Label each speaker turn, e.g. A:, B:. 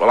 A: Well,